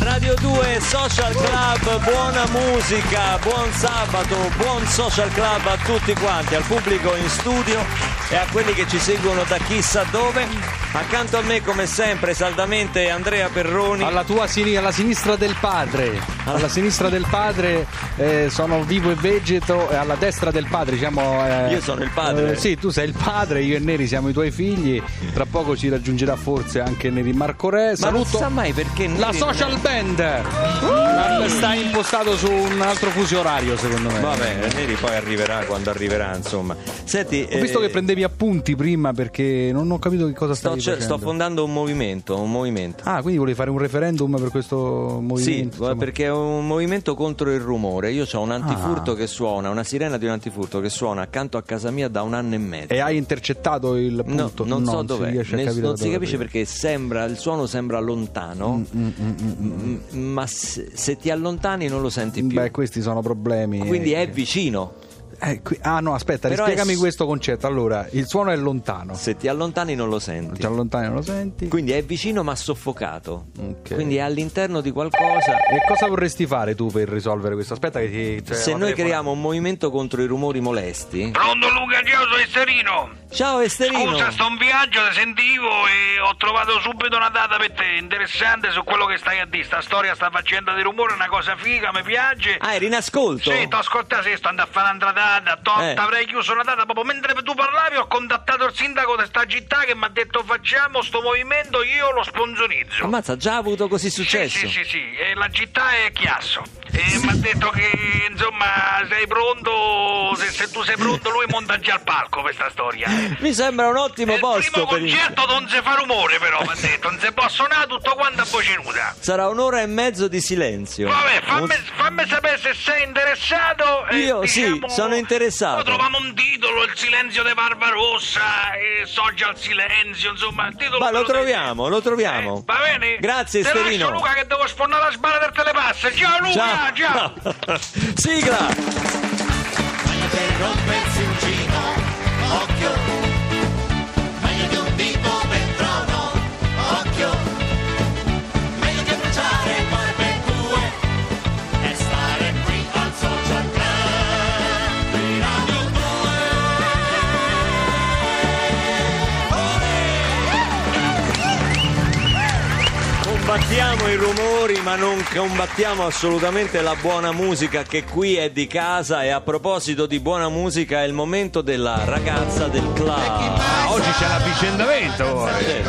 Radio 2 Social Club, buona musica, buon sabato, buon Social Club a tutti quanti, al pubblico in studio e a quelli che ci seguono da chissà dove. Accanto a me, come sempre, saldamente Andrea Perroni. Alla tua sin- alla sinistra del padre, alla sinistra del padre eh, sono vivo e vegeto e alla destra del padre diciamo... eh, Io sono il padre. eh, sì, tu sei il padre, io e Neri siamo i tuoi figli, tra poco ci raggiungerà forse anche Neri Marco Re. Ma eh. non Saluto sa mai perché la noi- social band, Ma sta impostato su un altro fuso orario secondo me. Vabbè, Neri poi arriverà quando arriverà, insomma. Senti, Ho visto eh, che prendevi appunti prima perché non ho capito che cosa sto, stavi cer- sto facendo. fondando un movimento, un movimento. ah, quindi volevi fare un referendum per questo movimento? Sì, eh, insomma. perché è un movimento contro il rumore. Io ho un antifurto Ah. che suona, una sirena di un antifurto che suona accanto a casa mia da un anno e mezzo. E hai intercettato il No, punto? non so si dov'è, riesce a Ness- capire non da si dove capisce arriva. Mm, perché sembra, il suono sembra lontano, m- ma se, se ti allontani non lo senti più. mm, Beh, questi sono problemi. Quindi è vicino. Eh, qui- Ah, no, aspetta, Però rispiegami è s- questo concetto. Allora, il suono è lontano. Se ti allontani non lo senti. Ti allontani, non lo senti. Quindi è vicino ma soffocato. Ok. Quindi è all'interno di qualcosa. E cosa vorresti fare tu per risolvere questo? Aspetta, che ti. cioè, Se la noi telefonata- creiamo un movimento contro i rumori molesti. Pronto Luca, io sono Esterino. Ciao Esterino! Scusa, sto in viaggio, ti sentivo e ho trovato subito una data per te interessante su quello che stai a dire. Sta storia, sta faccenda di rumore, è una cosa figa, mi piace. Ah, eri in ascolto? Sì, ti ascolta, sì, sto andando a fare un'altra data. Eh. Tot, avrei chiuso una data. Proprio mentre tu parlavi, ho contattato il sindaco di sta città che mi ha detto facciamo sto movimento, io lo sponsorizzo. Ammazza, già ha avuto così successo. Sì, sì, sì, sì. E la città è Chiasso. E mi ha detto che, insomma, sei pronto. Se, se tu sei pronto, lui monta già il palco questa storia. Mi sembra un ottimo il posto primo per il... concerto non si fa rumore, però, mi ha detto. Non si può suonare tutto quanto a voce nuda. Sarà un'ora e mezzo di silenzio. Vabbè, Un- fammi, fammi sapere se sei interessato. e, Io sì, diciamo, sono interessato. Poi troviamo un titolo, il silenzio di Barbarossa, e Social Silenzio, insomma, il titolo. Ma te lo dai. troviamo, lo troviamo. Eh, va bene? Grazie Te Esterino. lascio Luca che devo sfornare la sbarra del telepass. Ciao Luca, ciao. Sigla! meglio che rompersi un cino, occhio, meglio che un dito per trono, occhio, meglio che bruciare barbecue e stare qui al social club di Radio 2. Combattiamo i rumori, ma non combattiamo assolutamente la buona musica che qui è di casa. E a proposito di buona musica, è il momento della ragazza del club. Oggi c'è l'avvicendamento. eh. Eh,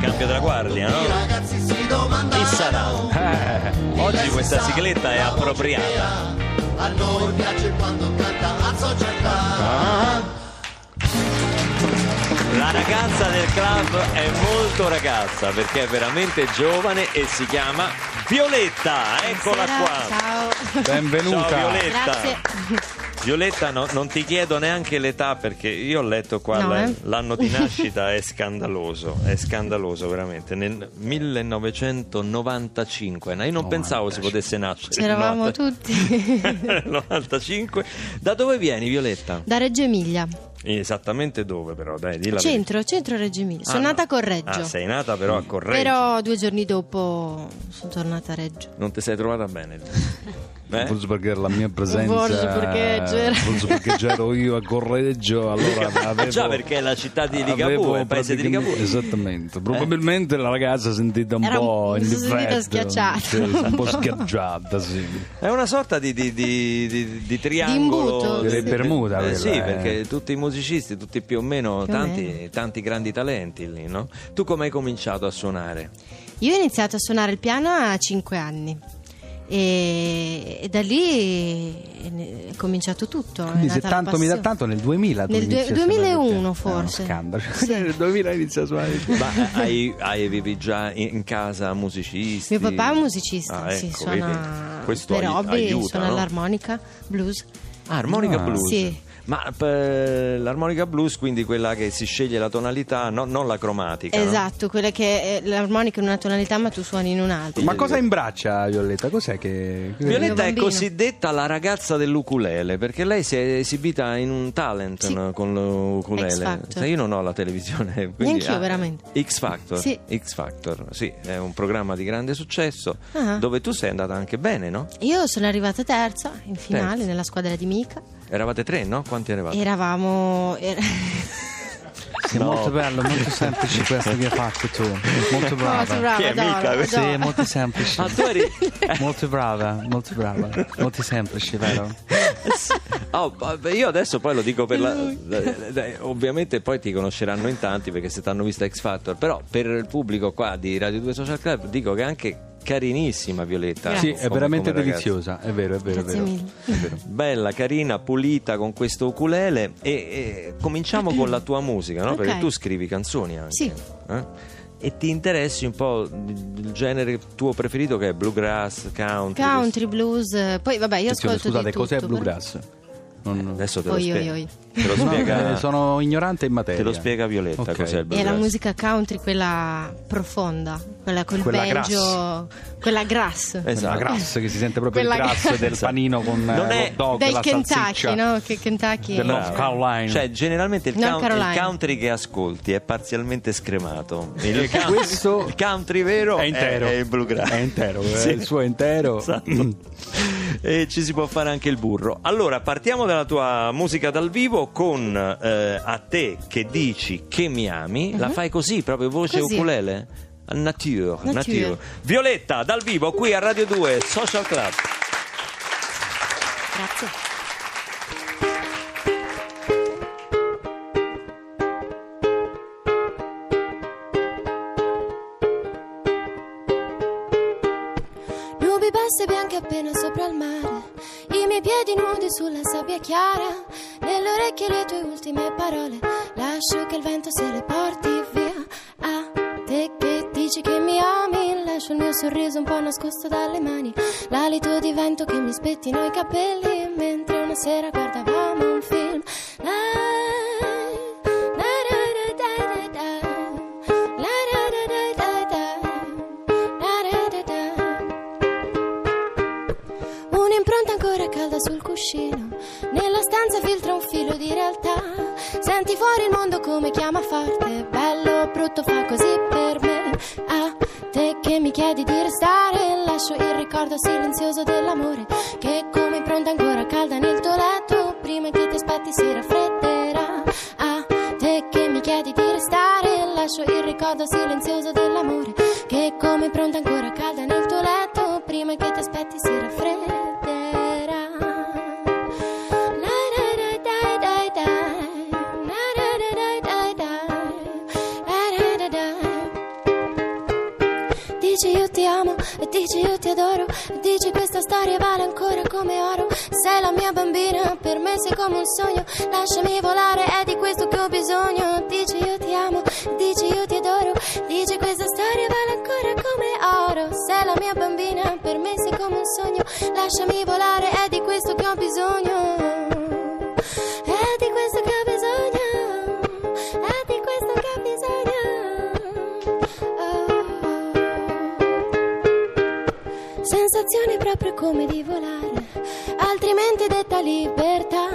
Cambio tra guardia, no? Ragazzi si domandano Chi sarà? Oggi questa sigletta è appropriata. A noi piace quando canta al social club. La ragazza del club è molto ragazza perché è veramente giovane e si chiama Violetta. Eccola Buonasera, qua. Ciao. Benvenuta. Ciao Violetta. Grazie. Violetta, no- non ti chiedo neanche l'età perché io ho letto qua No, la- eh. l'anno di nascita è scandaloso, è scandaloso veramente. Nel 1995, no, io non pensavo si potesse nascere. nel Eravamo 90 tutti nel 95. Da dove vieni Violetta? da Reggio Emilia. Esattamente dove però, dai, dilla la Centro, centro Reggio Emilia. verità. Sono Ah, nata a no. Correggio. Ah, sei nata però a Correggio. Però due giorni dopo sono tornata a Reggio. Non ti sei trovata bene. Eh? Wolfsberger, la mia presenza. Wolfsberger. Wolfsberger, ero io a Correggio, allora avevo... Già perché è la città di avevo Ligabue, è il paese di praticamente- Ligabue. Esattamente. Probabilmente la ragazza si è sentita un Era un- po' in si è sentita difetto, schiacciata. sì, un po' schiacciata, sì. È una sorta di, di, di, di, di triangolo imbuto. Delle Bermuda, Eh, quella, sì, eh. perché tutti i musicisti, tutti più o meno, Più o tanti, meno. tanti grandi talenti lì, no? Tu come hai cominciato a suonare? Io ho iniziato a suonare il piano a 5 anni. E, e da lì è cominciato tutto. è Quindi se nata la tanto mi dà passione. tanto nel 2000 tu Nel inizi due- a suonare il 2001 piano. forse. È uno scandalo. Sì. nel 2000 inizia a suonare il piano. Ma eh, hai, hai- avevi già in in casa musicisti? Mio papà è un musicista, Ah, sì, ecco, suona vedi? Questo per ai- hobby, aiuta, suona no? l'armonica, blues. Ah, armonica blues. Sì. Ma per l'armonica blues, quindi quella che si sceglie la tonalità, no- non la cromatica. no? Esatto, quella che è l'armonica in una tonalità ma tu suoni in un'altra. Ma cosa imbraccia Violetta? Cos'è che. Mio Violetta è bambino. cosiddetta la ragazza dell'ukulele perché lei si è esibita in un talent Sì. no, con l'ukulele. X Factor. Sai, io non ho la televisione. Quindi, ah, Neanch'io, veramente. X Factor. Sì. X Factor, sì, è un programma di grande successo Ah. dove tu sei andata anche bene, no? Io sono arrivata terza in finale Terza. nella squadra di Mica. Eravate tre, no? Quanti Eh. eravate? Eravamo. era- Sì, No. molto bello, molto semplice questo che hai fatto tu. Molto Molto brava. brava, Chi è Dora, Mica? Dora. Sì, molto semplice. Ah, tu eri. Molto brava, molto brava. Molto semplice, vero? Oh, vabbè, io adesso poi lo dico per la. eh, eh, Ovviamente poi ti conosceranno in tanti perché se ti hanno vista X Factor. Però per il pubblico qua di Radio 2 Social Club dico che è anche carinissima Violetta. Sì, Grazie. come- è veramente come ragazza. deliziosa. È vero, è vero, è Grazie vero. mille. È vero. Bella, carina, pulita con questo ukulele. E, e cominciamo con la tua musica, no? Ok. Perché tu scrivi canzoni anche. Sì. eh? E ti interessi un po' il genere tuo preferito che è bluegrass, country. Country, blues. eh, Poi vabbè, io Attenzione, ascolto. scusate, di tutto, cos'è però- bluegrass? questo- Adesso te lo, Oi, spiego. oi, oi. Te lo No, spiega. eh, sono ignorante in materia. Te lo spiega Violetta Ok. cos'è il È la bluegrass. musica country, quella profonda, quella col Quella banjo, quella grass. La Esatto. grassa che si sente proprio il Quella grasso del Esatto. panino con eh, Non è- hot dog, Del la Kentucky, salsiccia. no? Che Kentucky. Del Bravo. North Carolina. Cioè, generalmente il, North count- Carolina. il country che ascolti è parzialmente scremato. Il, count- Questo il country vero è intero. È, il bluegrass. È intero, eh, Sì. il suo Mm. è intero. Esatto. e ci si può fare anche il burro. Allora, partiamo dalla tua musica dal vivo con eh, a te che dici che mi ami. La fai così, proprio voce Mhm. Così. ukulele. Nature, Nature. nature. Violetta dal vivo qui a Radio 2 Social Club. Grazie. Nubi basse bianche appena sopra il mare, i miei piedi nudi sulla sabbia chiara, nelle orecchie le tue ultime parole, lascio che il vento se le porti via. A te che dici che mi ami, lascio il mio sorriso un po' nascosto dalle mani, l'alito di vento che mi spettino i capelli, mentre una sera guardavamo un film. La, la, la, la, da, da, da. La, la, la, la, la, da. La, la, la, la. Un'impronta ancora calda sul cuscino. Nella stanza filtra un filo di realtà. Senti fuori il mondo come chiama forte. Bello o brutto fa così per me. A te che mi chiedi di restare. Lascio il ricordo silenzioso dell'amore. Che come impronta ancora calda nel tuo letto. Prima che ti aspetti si raffredderà. A te che mi chiedi di restare. Lascio il ricordo silenzioso dell'amore. Che come impronta ancora calda nel tuo letto. Prima che ti aspetti si raffredderà. La la la dai dai dai. La la la dai dai dai. La la la dai. Dici io ti amo, e dici io ti adoro, e dici questa storia vale ancora come oro. Sei la mia bambina, per me sei come un sogno, lasciami volare, è di questo che ho bisogno. Dici io ti amo, e dici io ti adoro, dici questa storia vale ancora come oro. Sei la mia bambina, per me sei come un sogno, lasciami volare, è di questo che ho bisogno. È di questo che ho bisogno, è di questo che ho bisogno. Oh. Sensazione proprio come di volare, altrimenti detta libertà.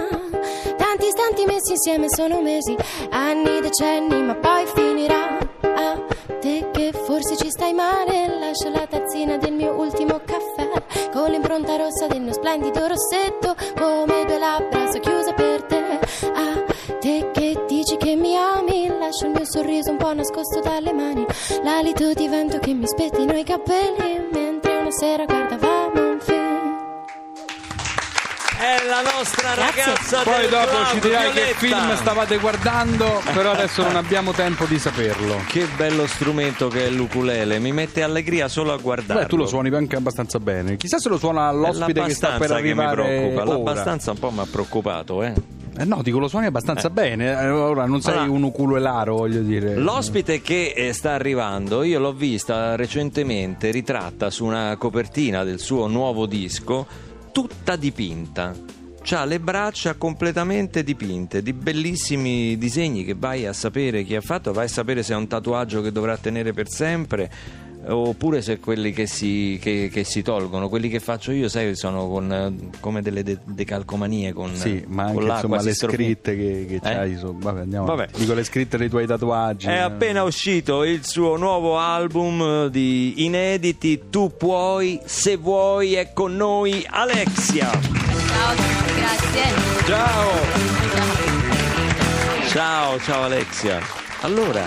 Tanti istanti messi insieme sono mesi, anni, decenni, ma poi finirà. A te che forse ci stai male, lascio la tazzina del mio ultimo caffè, con l'impronta rossa del mio splendido rossetto, come due labbra socchiuse per te. A te che dici che mi ami, lascio il mio sorriso un po' nascosto dalle mani, l'alito di vento che mi spettino i capelli, mentre una sera guardavamo un film. È la nostra ragazza Poi del dopo club, ci dirai che Violetta. film stavate guardando, però adesso non abbiamo tempo di saperlo. Che bello strumento che è l'ukulele, mi mette allegria solo a guardarlo. Beh, tu lo suoni anche abbastanza bene. Chissà se lo suona l'ospite che sta per L'abbastanza che mi arrivare. preoccupa, ora. l'abbastanza un po' mi ha preoccupato, eh. Eh no, dico lo suoni abbastanza bene. Eh, Ora non sei Allora- un uculelaro, voglio dire. Ah. L'ospite che eh, sta arrivando, io l'ho vista recentemente ritratta su una copertina del suo nuovo disco, tutta dipinta. ha le braccia completamente dipinte di bellissimi disegni che vai a sapere chi ha fatto, vai a sapere se è un tatuaggio che dovrà tenere per sempre eh, oppure se quelli che si, che- che si tolgono, quelli che faccio io, sai, sono con, eh, come delle de- decalcomanie con, Sì, con ma anche l'acqua, insomma si le strofi- scritte che, che Eh? c'hai su- Vabbè, andiamo. Vabbè. avanti. Dico le scritte dei tuoi tatuaggi. eh. È appena uscito il suo nuovo album eh, di inediti Tu puoi, se vuoi, è con noi Alexia. Ciao, grazie. Ciao. Ciao, ciao Alexia. Allora,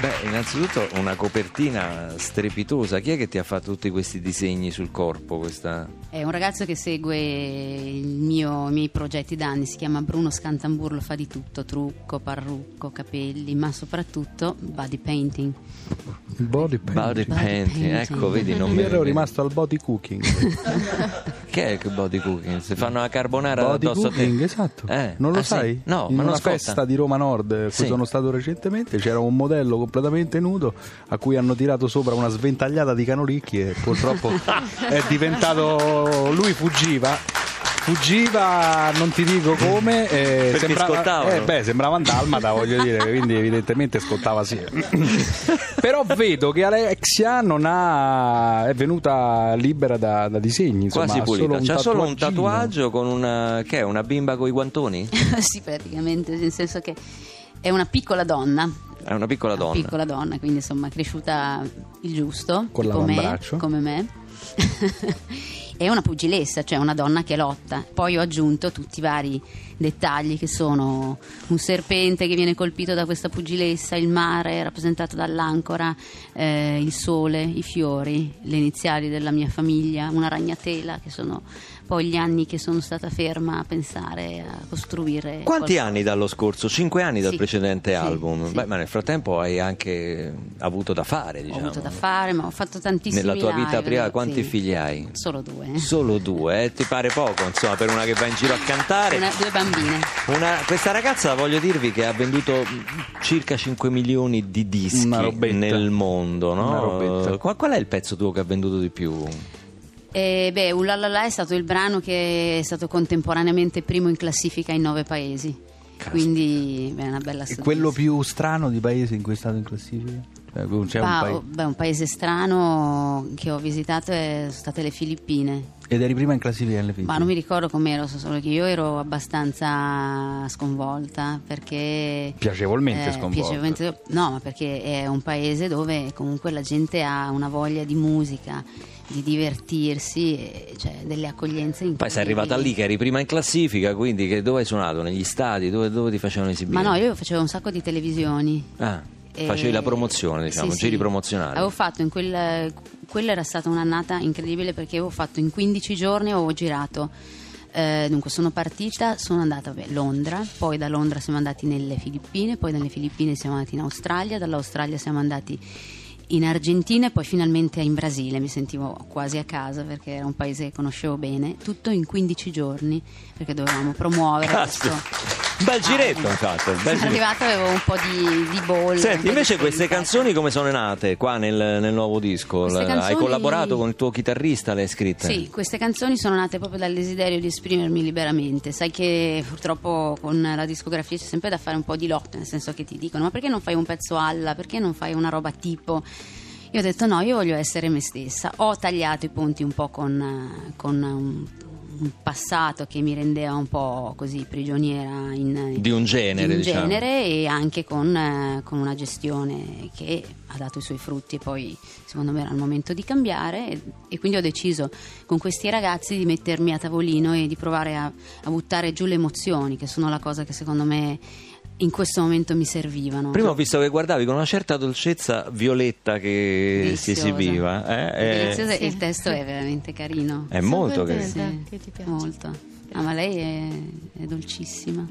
beh, innanzitutto una copertina strepitosa. Chi è che ti ha fatto tutti questi disegni sul corpo? Questa... È un ragazzo che segue il mio- i miei progetti da anni, si chiama Bruno Scantamburlo, fa di tutto, trucco, parrucco, capelli, ma soprattutto body painting. Il body paint. Body painting, painting. ecco, vedi, non Io mi ero rimasto al body cooking. Che è che body cooking? Se fanno la carbonara body addosso a te. cooking, esatto. Eh, Non lo ah, sì? sai? No, In ma non una scotta. festa di Roma Nord a cui Sì. sono stato recentemente c'era un modello completamente nudo a cui hanno tirato sopra una sventagliata di canolicchi e purtroppo è diventato lui fuggiva Fuggiva, non ti dico come, eh, Perché sembrava, scottavano. eh, beh, sembrava un dalmata, voglio dire, quindi evidentemente scottava sì. Però vedo che Alexia non ha, è venuta libera da, da disegni, insomma, Quasi ha pulita. C'ha solo un tatuaggino. tatuaggio con una. che è una bimba con i guantoni? sì, praticamente, nel senso che è una piccola donna. È una piccola Una donna. piccola donna, quindi insomma cresciuta il giusto, Con tipo me, l'avambraccio. come me. È una pugilessa, cioè una donna che lotta. Poi ho aggiunto tutti i vari dettagli che sono un serpente che viene colpito da questa pugilessa, il mare rappresentato dall'ancora, eh, il sole, i fiori, le iniziali della mia famiglia, una ragnatela che sono poi gli anni che sono stata ferma a pensare, a costruire. Quanti qualcosa. anni dallo scorso? Cinque anni dal Sì. precedente Sì, album. sì. Beh, ma nel frattempo hai anche avuto da fare, Ho diciamo. avuto da fare, ma ho fatto tantissimi Nella tua vita live, privata quanti sì. figli hai? Solo due. Solo due, eh? ti pare poco, insomma, per una che va in giro a cantare. Una- due bambine. Una- questa ragazza, voglio dirvi, che ha venduto mh, circa 5 milioni di dischi Una robetta. nel mondo, Una no? robetta. Qual, qual è il pezzo tuo che ha venduto di più? E beh, Ulalala è stato il brano che è stato contemporaneamente primo in classifica in nove paesi. Quindi beh, è una bella E statistica. quello più strano di paese in cui è stato in classifica? Eh, Cioè, c'è un Pa- paese- oh, beh, un paese strano che ho visitato è- sono state le Filippine. Ed eri prima in classifica nelle Ma non mi ricordo com'ero, so solo che io ero abbastanza sconvolta perché. Piacevolmente eh, sconvolta. piacevolmente- no, ma perché è un paese dove comunque la gente ha una voglia di musica, di divertirsi, e, cioè delle accoglienze incredibili. Poi sei arrivata lì che eri prima in classifica, quindi che dove hai suonato? Negli stadi? Dove, dove ti facevano esibire? Ma no, io facevo un sacco di televisioni. eh. Ah, E- facevi la promozione, diciamo, Ehm, Sì, sì. giri promozionali. Avevo fatto in quel. Quella era stata un'annata incredibile perché avevo fatto in 15 giorni avevo girato. Eh, dunque, sono partita, sono andata a Londra, poi da Londra siamo andati nelle Filippine, poi dalle Filippine siamo andati in Australia, dall'Australia siamo andati in Argentina e poi finalmente in Brasile. Mi sentivo quasi a casa perché era un paese che conoscevo bene. Tutto in 15 giorni perché dovevamo promuovere Caspita. questo. Bel giretto, Ah, infatti. bel Sono giretto. arrivata avevo un po' di, di bolle. un po' Senti, di invece queste felpa. canzoni come sono nate qua nel, nel nuovo disco? Queste La- Hai canzoni- collaborato con il tuo chitarrista, le hai scritte? Sì, queste canzoni sono nate proprio dal desiderio di esprimermi liberamente. Sai che purtroppo con la discografia c'è sempre da fare un po' di lotta, nel senso che ti dicono: ma perché non fai un pezzo alla? Perché non fai una roba tipo? Io ho detto no, io voglio essere me stessa. Ho tagliato i punti un po' con, con un, un passato che mi rendeva un po' così prigioniera in, Di un genere, di un diciamo. genere e anche con, eh, con una gestione che ha dato i suoi frutti e poi secondo me era il momento di cambiare e, e quindi ho deciso con questi ragazzi di mettermi a tavolino e di provare a, a buttare giù le emozioni che sono la cosa che secondo me in questo momento mi servivano. Prima ho visto che guardavi con una certa dolcezza Violetta che si Deliziosa. esibiva. eh, eh, Deliziosa, Sì. il testo è veramente carino. È molto che... contenta. che ti piace. Molto. Ah, ma lei è, è dolcissima,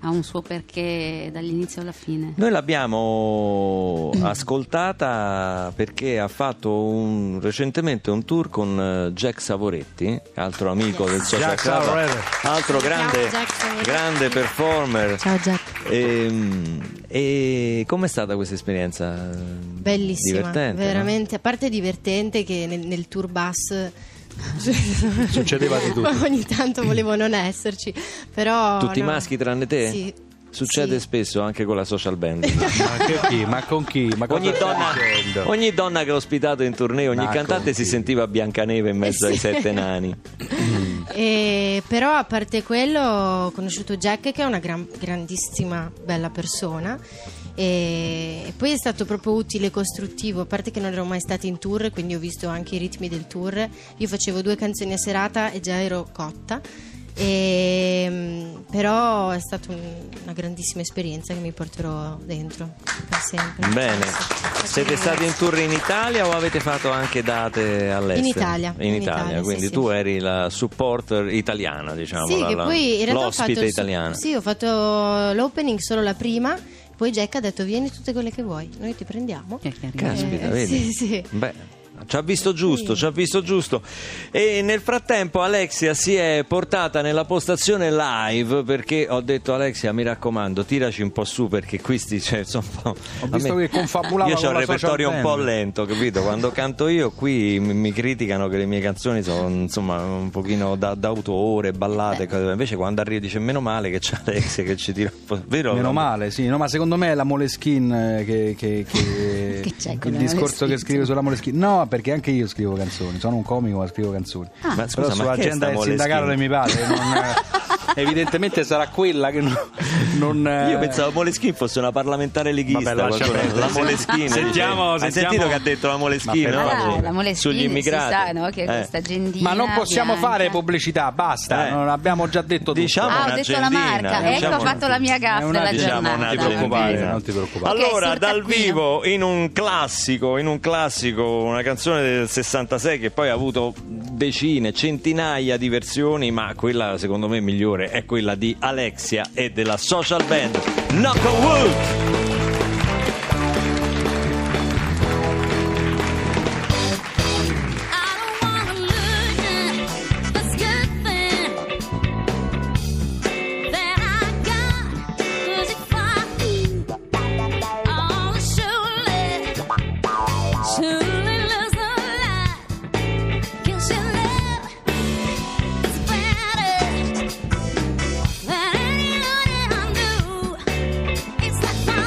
ha un suo perché dall'inizio alla fine. Noi l'abbiamo ascoltata perché ha fatto un- recentemente un tour con eh, Jack Savoretti, altro amico del Social Jack Club, Savoretti. altro grande, Jack Savoretti. grande performer. Ciao Jack. Ehm, E, com'è stata questa esperienza? Bellissima, Divertente, no? veramente, a parte divertente che nel, nel tour bus Succedeva di tutto. Ogni tanto volevo non esserci, però... Tutti i no. maschi tranne te? Sì. Succede Sì. spesso anche con la social band. Ma che chi? Ma con chi? Ma cosa Ogni stai donna, dicendo? ogni donna che ho ospitato in torneo, ogni Ma cantante si così. sentiva Biancaneve in mezzo ai Eh Sì. sette nani. Mm. E- però a parte quello ho conosciuto Jack che è una gran- grandissima bella persona e, e poi è stato proprio utile e costruttivo, a parte che non ero mai stata in tour, quindi ho visto anche i ritmi del tour, io facevo due canzoni a serata e già ero cotta. E, mm, però è stata un- una grandissima esperienza che mi porterò dentro per sempre. Bene. Sì. Siete stati in tour in Italia o avete fatto anche date all'estero? In Italia, In in Italia, Italia, sì, quindi sì. tu eri la supporter italiana, diciamo, Sì, la- che la- poi in realtà ho l'ospite fatto il- italiana. Sì, ho fatto l'opening solo la prima, poi Jack ha detto vieni tutte quelle che vuoi, noi ti prendiamo. Che carino. Caspita, Eh, vedi? sì, sì. Beh, ci ha visto giusto, ci ha visto giusto. E nel frattempo Alexia si è portata nella postazione live perché ho detto Alexia, mi raccomando, tiraci un po' su perché qui sti, cioè, sono un po'... Ho a visto me- che confabulava Io con ho un la social repertorio un po' band. lento, capito? Quando canto io qui mi, mi criticano che le mie canzoni sono insomma un pochino da, da autore, ballate, cose. invece quando arrivo dice meno male che c'è Alexia che ci tira un po'... Vero? Meno Laura? male, sì, no, ma secondo me è la Moleskin eh, che, che- che- Che c'è con la il discorso che Moleskine? scrive sulla Moleskin. No, perché anche io scrivo canzoni, sono un comico ma scrivo canzoni. Ah. Ma scusa, Però ma che è sta sull'agenda del sindacato Moleskine? dei miei padri non- eh, evidentemente sarà quella che non, non, eh, Io pensavo Moleskine fosse una parlamentare leghista. Vabbè, lascia qualcosa- perdere. la Moleskine. Sentiamo- Hai sentiamo- sentito che ha detto la Moleskine? Ma no? per Allora, la Moleskine Sugli immigrati. si sa, no? Che è Eh. questa agendina Ma non possiamo bianca. fare pubblicità, basta, Eh. non abbiamo già detto tutto. Diciamo Ah, ho una detto la agendina, marca. diciamo ecco, ho una- fatto la mia È gaffa una- diciamo della diciamo giornata. una- non ti giornata. preoccupare, Vabbè. non ti preoccupare. Ok, Allora, sul dal taccuino. vivo, in un classico, in un classico, una canzone del 66 che poi ha avuto decine, centinaia di versioni, ma quella secondo me migliore è quella di Alexia e della social band Knock on Wood. I don't wanna lose it. This good thing that I got, 'cause if I keep on surely, surely lose the light. Can she live? It's better than anyone I knew. It's like my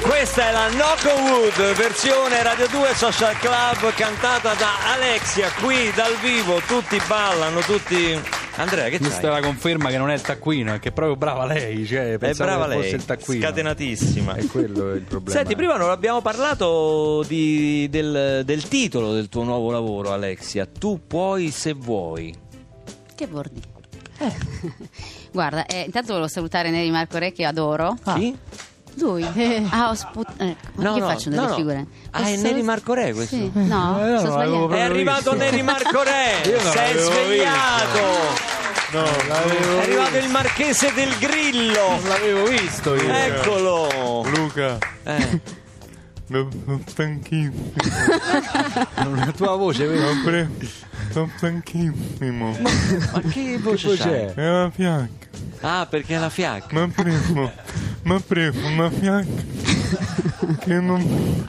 Questa è la Knocko Wood, versione Radio 2 Social Club, cantata da Alexia, qui dal vivo, tutti ballano, tutti... Andrea, che Questa è c'hai? la conferma che non è il taccuino, è che è proprio brava lei. Cioè, È pensavo brava che fosse lei, il taccuino. scatenatissima. È quello il problema. Senti, prima non abbiamo parlato di- del, del titolo del tuo nuovo lavoro, Alexia. Tu puoi se vuoi. Che bordi. Guarda, eh, intanto volevo salutare Neri Marco Re che adoro. Ah. Chi? Lui? Eh. Ah, ho sput- ecco, ma No, io no, faccio no, delle no. figure. Ah, Ho è solo- Neri Marco Re questo? Sì. No, Eh, no, sono l'avevo sbagliata. proprio È visto. arrivato Neri Marco Re! Io non Sei l'avevo svegliato! l'avevo È arrivato il marchese del Grillo! l'avevo visto io. Eccolo! Luca, Eh, sono stanchissimo. La tua voce, vedi? Sono stanchissimo. ma che voce Poi c'hai? c'è. È una fiacca. Ah, perché è la fiacca. Ma prego, ma prego, una fiacca. Che non,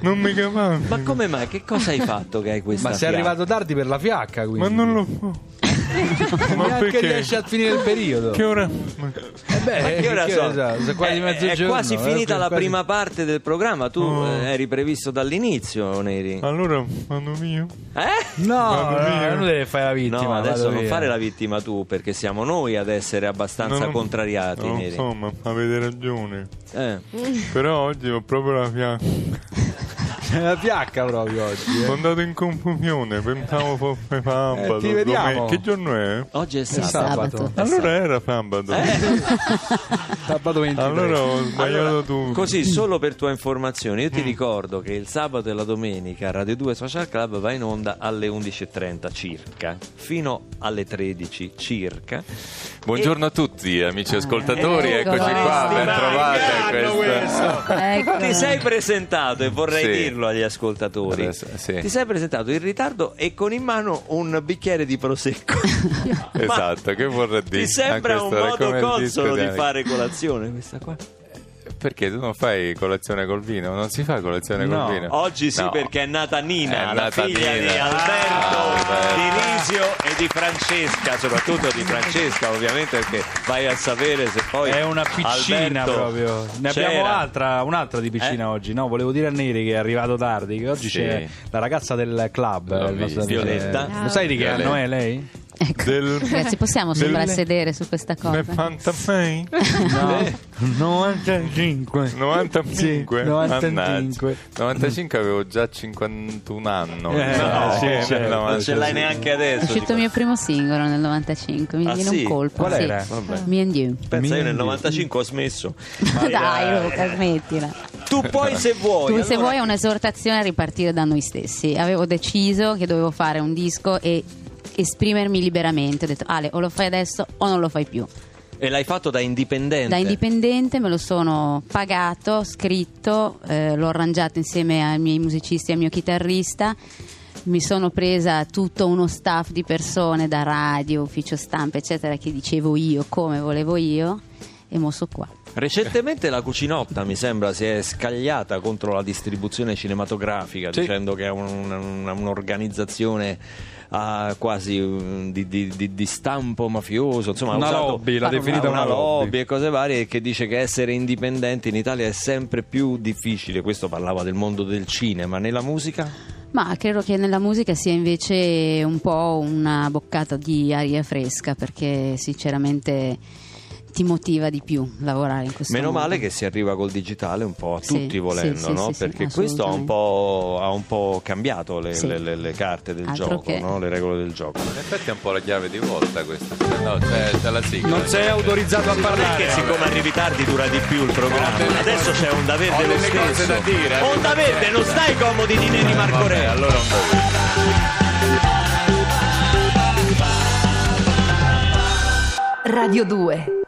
non mi capisco. Ma come mai? Che cosa hai fatto che hai questa Ma sei fiacca? arrivato tardi per la fiacca, quindi. Ma non lo so. ma Neanche riesci perché? a finire il periodo. Che ora? Ma, Eh beh, Ma che ora so? esatto, sono quasi È- mezzogiorno. È quasi eh, finita la quasi- prima parte del programma. Tu Oh. eh, eri previsto dall'inizio, Neri. Oh. allora vado via. Eh? No, Vado via. no, non deve fare la vittima. No, adesso vado non via. fare la vittima tu, perché siamo noi ad essere abbastanza Non- contrariati, non lo Neri. so, ma avete ragione. Eh. Però oggi ho proprio la fiacca. C'è la fiacca proprio oggi. eh. Sono andato in confusione, pensavo fosse sabato. Eh, ti vediamo. domenica. Che giorno è? Oggi è È sabato. Eh? sabato. Allora era sabato. Sabato 23. Allora ho sbagliato tutto. Così, solo per tua informazione, io ti Mm. ricordo che il sabato e la domenica Radio 2 Social Club va in onda alle 11.30 circa, fino alle 13 circa. Buongiorno a tutti, Ah, amici ascoltatori, Ecco. eccoci qua, ben trovate questa. Ecco. Ti sei presentato, e vorrei Sì. dirlo agli ascoltatori, Adesso, eh, sì. ti sei presentato in ritardo e con in mano un bicchiere di prosecco. Ma Esatto, che vorrà dire? Ti sembra a un quest'ora? modo Come il consolo disco di Alex. fare colazione questa qua? Perché tu non fai colazione col vino? Non si fa colazione No. col vino? Oggi sì No. perché è nata Nina, È la nata figlia Nina. di Alberto, Ah, Alberto. di Risio e di Francesca, soprattutto di Francesca ovviamente perché vai a sapere se poi... È una piscina Alberto proprio. Ne abbiamo c'era. altra, un'altra di piscina Eh? oggi. No, volevo dire a Neri che è arrivato tardi, che oggi Sì. c'è la ragazza del club, L'ho eh, il nostro vista. amico. Violetta. Lo sai di che Violetta. anno è lei? Del Ragazzi, possiamo Delle- solo sedere su questa cosa? del 96? No. 95. 95? Sì, 95. Mannaggia. 95 avevo già 51 anni. Eh, sì, nel 95. certo. Non ce l'hai neanche È adesso. uscito il mio primo singolo nel 95, mi Ah, viene sì? un colpo. Qual sì. era? Me and you. Pensa, io nel 95 ho smesso. Ma dai, Luca, smettila. Tu puoi se vuoi. Tu, se allora- vuoi, è un'esortazione a ripartire da noi stessi. Avevo deciso che dovevo fare un disco e esprimermi liberamente. Ho detto, Ale, o lo fai adesso o non lo fai più. E l'hai fatto da indipendente. Da indipendente me lo sono pagato, scritto, eh, l'ho arrangiato insieme ai miei musicisti e al mio chitarrista. Mi sono presa tutto uno staff di persone da radio, ufficio stampa, eccetera, che dicevo io come volevo io e mo so qua. Recentemente la Cucinotta, mi sembra, si è scagliata contro la distribuzione cinematografica, Sì. dicendo che è un- un- un'organizzazione ah, quasi mm, di, di- di- di stampo mafioso, insomma, ha Una usato- lobby, l'ha definita una una lobby lobby. e cose varie, che dice che essere indipendenti in Italia è sempre più difficile. Questo parlava del mondo del cinema, nella musica? Ma credo che nella musica sia invece un po' una boccata di aria fresca perché sinceramente ti motiva di più lavorare in questo Meno modo. male che si arriva col digitale un po' a Sì, tutti volendo, sì, sì, no? sì, sì, perché questo ha un, assolutamente. po', ha un po' cambiato le, Sì. le- le- le carte del Altro gioco, che. no? le regole del gioco. In effetti è un po' la chiave di volta questa. No, c'è, c'è la sigla. Non sei autorizzato a Perché parlare. siccome arrivi tardi dura di più il programma, adesso c'è Onda Verde ho lo delle cose stesso. da dire, eh. Onda Verde, non stai comodi di Neri Marco Vabbè, Re. allora un po'. Radio 2